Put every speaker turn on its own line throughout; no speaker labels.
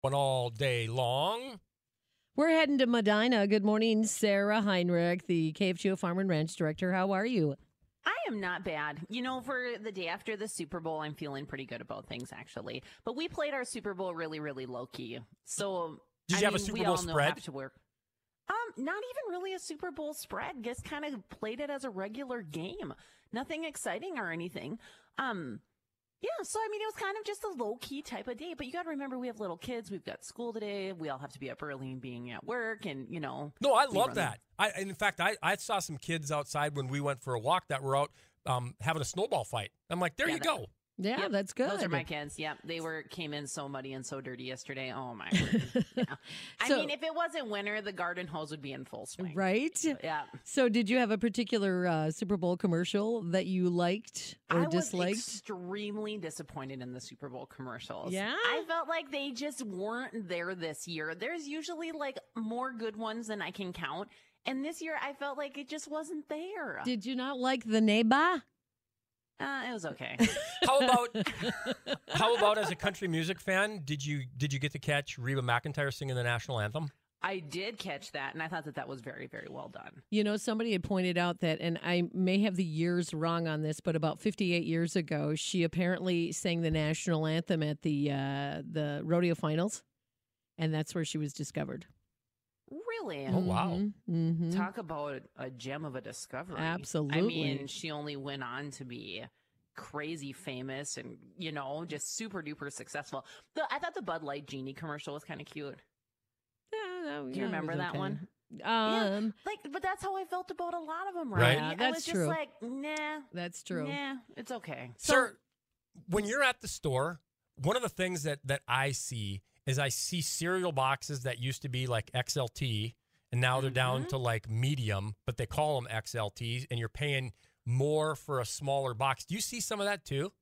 one all day long.
We're heading to Medina. Good morning, Sarah Heinrich, the KFGO Farm and Ranch Director. How are you?
I am not bad. You know, for the day after the Super Bowl, I'm feeling pretty good about things actually. But we played our Super Bowl really, really low key. So
Did you
I
have a
mean,
Super
we
Bowl
all know
spread?
have to work. Um, not even really a Super Bowl spread. Just kind of played it as a regular game. Nothing exciting or anything. Um, yeah. So I mean, it was kind of just a low key type of day. But you got to remember, we have little kids. We've got school today. We all have to be up early and being at work, and you know,
No, I
We
love
run-
that. I and in fact, I, I saw some kids outside when we went for a walk that were out um, having a snowball fight. I'm like, there
Yeah,
you
that-
go.
Yeah,
Yep,
that's good.
Those are my kids. Yep, they were came in so muddy and so dirty yesterday. Oh my! word. Yeah. I
So-
mean, if it wasn't winter, the garden hose would be in full swing.
right?
Yeah,
So, did you have a particular uh, Super Bowl commercial that you liked or
I
disliked?
was extremely disappointed in the Super Bowl commercials.
Yeah?
I felt like they just weren't there this year. There's usually like more good ones than I can count, and this year I felt like it just wasn't there.
did you not like the neighbor?
uh, it was okay.
How about how about as a country music fan, did you did you get to catch Reba McIntyre singing the national anthem?
I did catch that, and I thought that that was very, very well done.
You know, somebody had pointed out that, and I may have the years wrong on this, but about 58 years ago, she apparently sang the national anthem at the uh, the rodeo finals, and that's where she was discovered.
Really?
Oh, wow.
hmm
Talk about a gem of a discovery. I
Absolutely.
mean, she only went on to be crazy famous and, you know, just super duper successful. The, I thought the Bud Light Genie commercial was kind of cute. Do you remember that one?
Um,
Like, but that's how I felt about a lot of them,
Right.
right?
Yeah,
I
that's
was just
true.
like, nah,
That's true.
nah, it's okay.
Sir, when you're at the store, one of the things that that I see is I see cereal boxes that used to be like XLT and now they're down to like medium, but they call them XLTs and you're paying more for a smaller box. Do you see some of that too?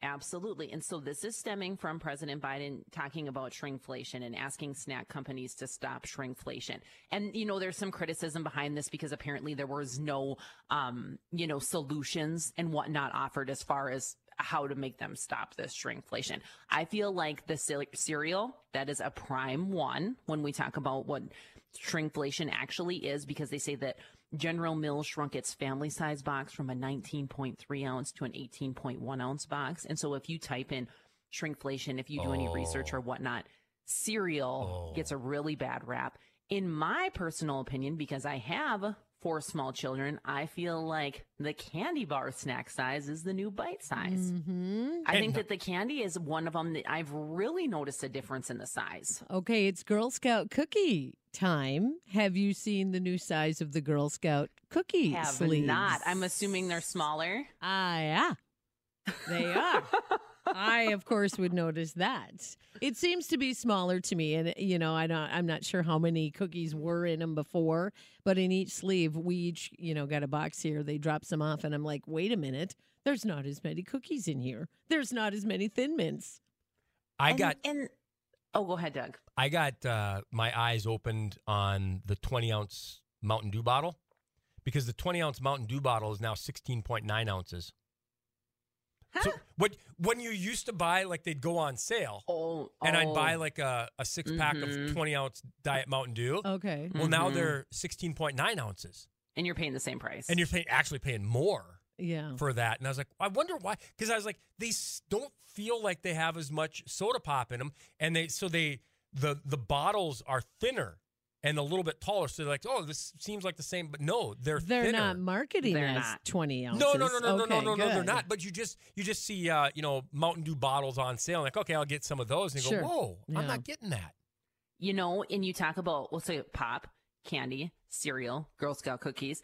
Absolutely. And so this is stemming from President Biden talking about shrinkflation and asking snack companies to stop shrinkflation. And, you know, there's some criticism behind this because apparently there was no, um, you know, solutions and whatnot offered as far as how to make them stop this shrinkflation. I feel like the cel- cereal that is a prime one when we talk about what shrinkflation actually is because they say that General Mills shrunk its family size box from a 19.3 ounce to an 18.1 ounce box. And so if you type in shrinkflation, if you do any research or whatnot, cereal gets a really bad rap. In my personal opinion, because I have four small children, I feel like the candy bar snack size is the new bite size.
hmm
I
And-
think that the candy is one of them that I've really noticed a difference in the size.
Okay, it's Girl Scout cookie time. Have you seen the new size of the Girl Scout cookie
Have
sleeves?
not. I'm assuming they're smaller.
Ah, yeah. They are. I, of course, would notice that. It seems to be smaller to me, and you know, I don't. I'm not sure how many cookies were in them before, but in each sleeve, we each, you know, got a box here. They drop some off, and I'm like, wait a minute. There's not as many cookies in here. There's not as many Thin Mints.
I
And-
got
and oh, go ahead, Doug.
I got uh, my eyes opened on the 20 ounce Mountain Dew bottle because the 20 ounce Mountain Dew bottle is now 16.9 ounces. So what when you used to buy like they'd go on sale
Oh,
and
oh.
I'd buy like a, a six pack of
Mm-hmm.
Mhm.
20 ounce Diet Mountain Dew.
Okay.
Well, now
Mhm.
they're 16.9 ounces,
and you're paying the same price.
and you're paying actually paying more
Yeah.
for that. And I was like, I wonder why, because I was like, they s- don't feel like they have as much soda pop in them, and they so they the the bottles are thinner and a little bit taller. So they're like, oh, this seems like the same, but no, they're
They're
thinner.
not marketing
They're
as
not.
20 ounces.
No, no, no, no, no,
Okay,
no, no, no, they're
good.
not. But you just you just see uh, you know Mountain Dew bottles on sale, and like, okay, I'll get some of those, and you
Sure.
go, whoa,
Yeah.
I'm not getting that.
you know, and you talk about we'll say pop, candy, cereal, Girl Scout cookies.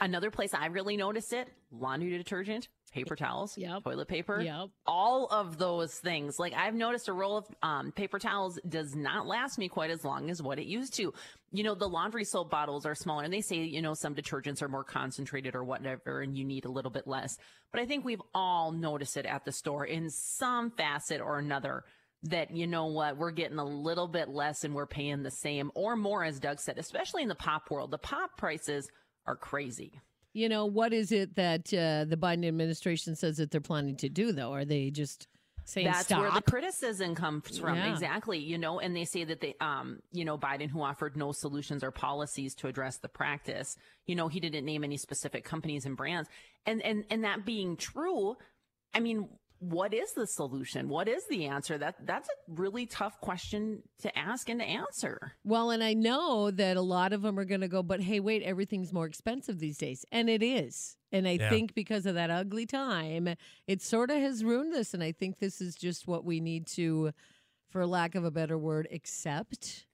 Another place I really noticed it: laundry detergent, paper towels,
Yep.
toilet paper.
Yep.
All of those things. Like I've noticed a roll of um, paper towels does not last me quite as long as what it used to. You know, the laundry soap bottles are smaller and they say, you know, some detergents are more concentrated or whatever and you need a little bit less. But I think we've all noticed it at the store in some facet or another that you know what we're getting a little bit less and we're paying the same or more as doug said especially in the pop world the pop prices are crazy
You know, what is it that uh, the Biden administration says that they're planning to do, though? Are they just saying
That's
stop.
where the criticism comes from.
Yeah.
Exactly. You know, and they say that they, um, you know, Biden, who offered no solutions or policies to address the practice, you know, he didn't name any specific companies and brands. And, and, and that being true, I mean, what is the solution? What is the answer? That, that's a really tough question to ask and to answer.
Well, and I know that a lot of them are going to go, but hey, wait, everything's more expensive these days. And it is. And I
Yeah.
think because of that ugly time, it sort of has ruined this. And I think this is just what we need to, for lack of a better word, accept.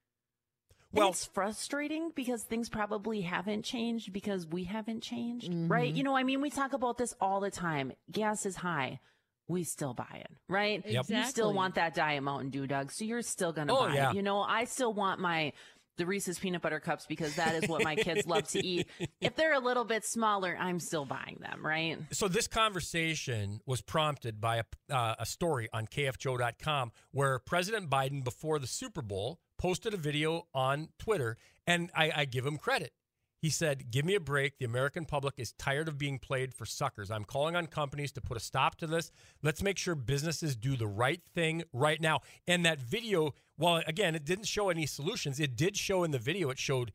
And
Well,
it's frustrating because things probably haven't changed because we haven't changed,
Mm-hmm.
right? You know, I mean, we talk about this all the time. Gas is high. We still buy it, right?
Yep.
You still
Exactly.
want that Diet Mountain Dew, Doug. So you're still going to
Oh,
buy
yeah.
it. You know, I still want my. The Reese's peanut butter cups because that is what my kids love to eat. If they're a little bit smaller, I'm still buying them, right?
so this conversation was prompted by a, uh, a story on kfjoe.com where President Biden, before the Super Bowl, posted a video on Twitter, and I, I give him credit. He said, Give me a break. The American public is tired of being played for suckers. I'm calling on companies to put a stop to this. Let's make sure businesses do the right thing right now. And that video, while again, it didn't show any solutions, it did show in the video, it showed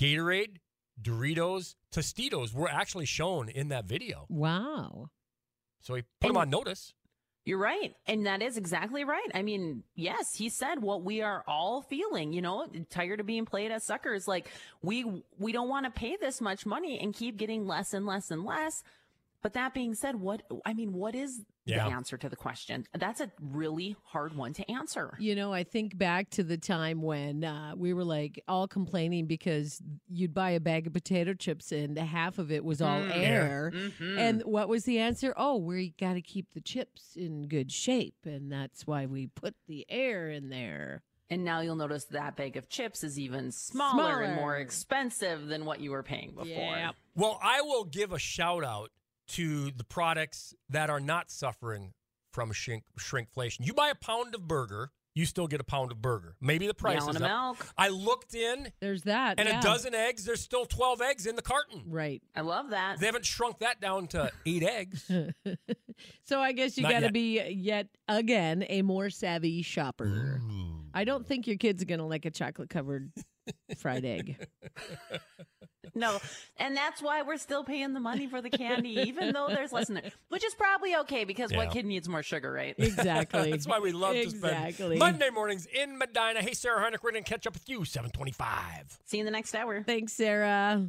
Gatorade, Doritos, Tostitos were actually shown in that video.
Wow.
So he put him
And-
on notice.
You're right. And that is exactly right. I mean, yes, he said what we are all feeling, you know, tired of being played as suckers. Like we, we don't want to pay this much money and keep getting less and less and less. But that being said, what, I mean, what is
Yeah.
the answer to the question? That's a really hard one to answer.
You know, I think back to the time when uh, we were like all complaining because you'd buy a bag of potato chips and half of it was all
Mm.
air.
Mm.
Mhm.
Mm-hmm.
And what was the answer? Oh, we got to keep the chips in good shape, and that's why we put the air in there.
and now you'll notice that bag of chips is even smaller, and more
Smaller.
expensive than what you were paying before.
Yep.
Well, I will give a shout out to the products that are not suffering from shrink- shrinkflation. You buy a pound of burger, you still get a pound of burger. Maybe the price
Gallon
is
of
up.
milk.
I looked in,
There's that.
and
yeah.
a dozen eggs. There's still twelve eggs in the carton.
Right.
I love that.
They haven't shrunk that down to eight eggs.
So I guess you
Not
got to
yet.
be yet again a more savvy
Mm.
shopper. I don't think your kids are going to like a chocolate covered fried egg.
No, and that's why we're still paying the money for the candy, even though there's less in there, which is probably okay because
Yeah.
what kid needs more sugar, right?
Exactly.
That's why we love to
Exactly.
spend Monday mornings in Medina. Hey, Sarah Heinrich, we're going to catch up with you, 725.
See you in the next hour.
Thanks, Sarah.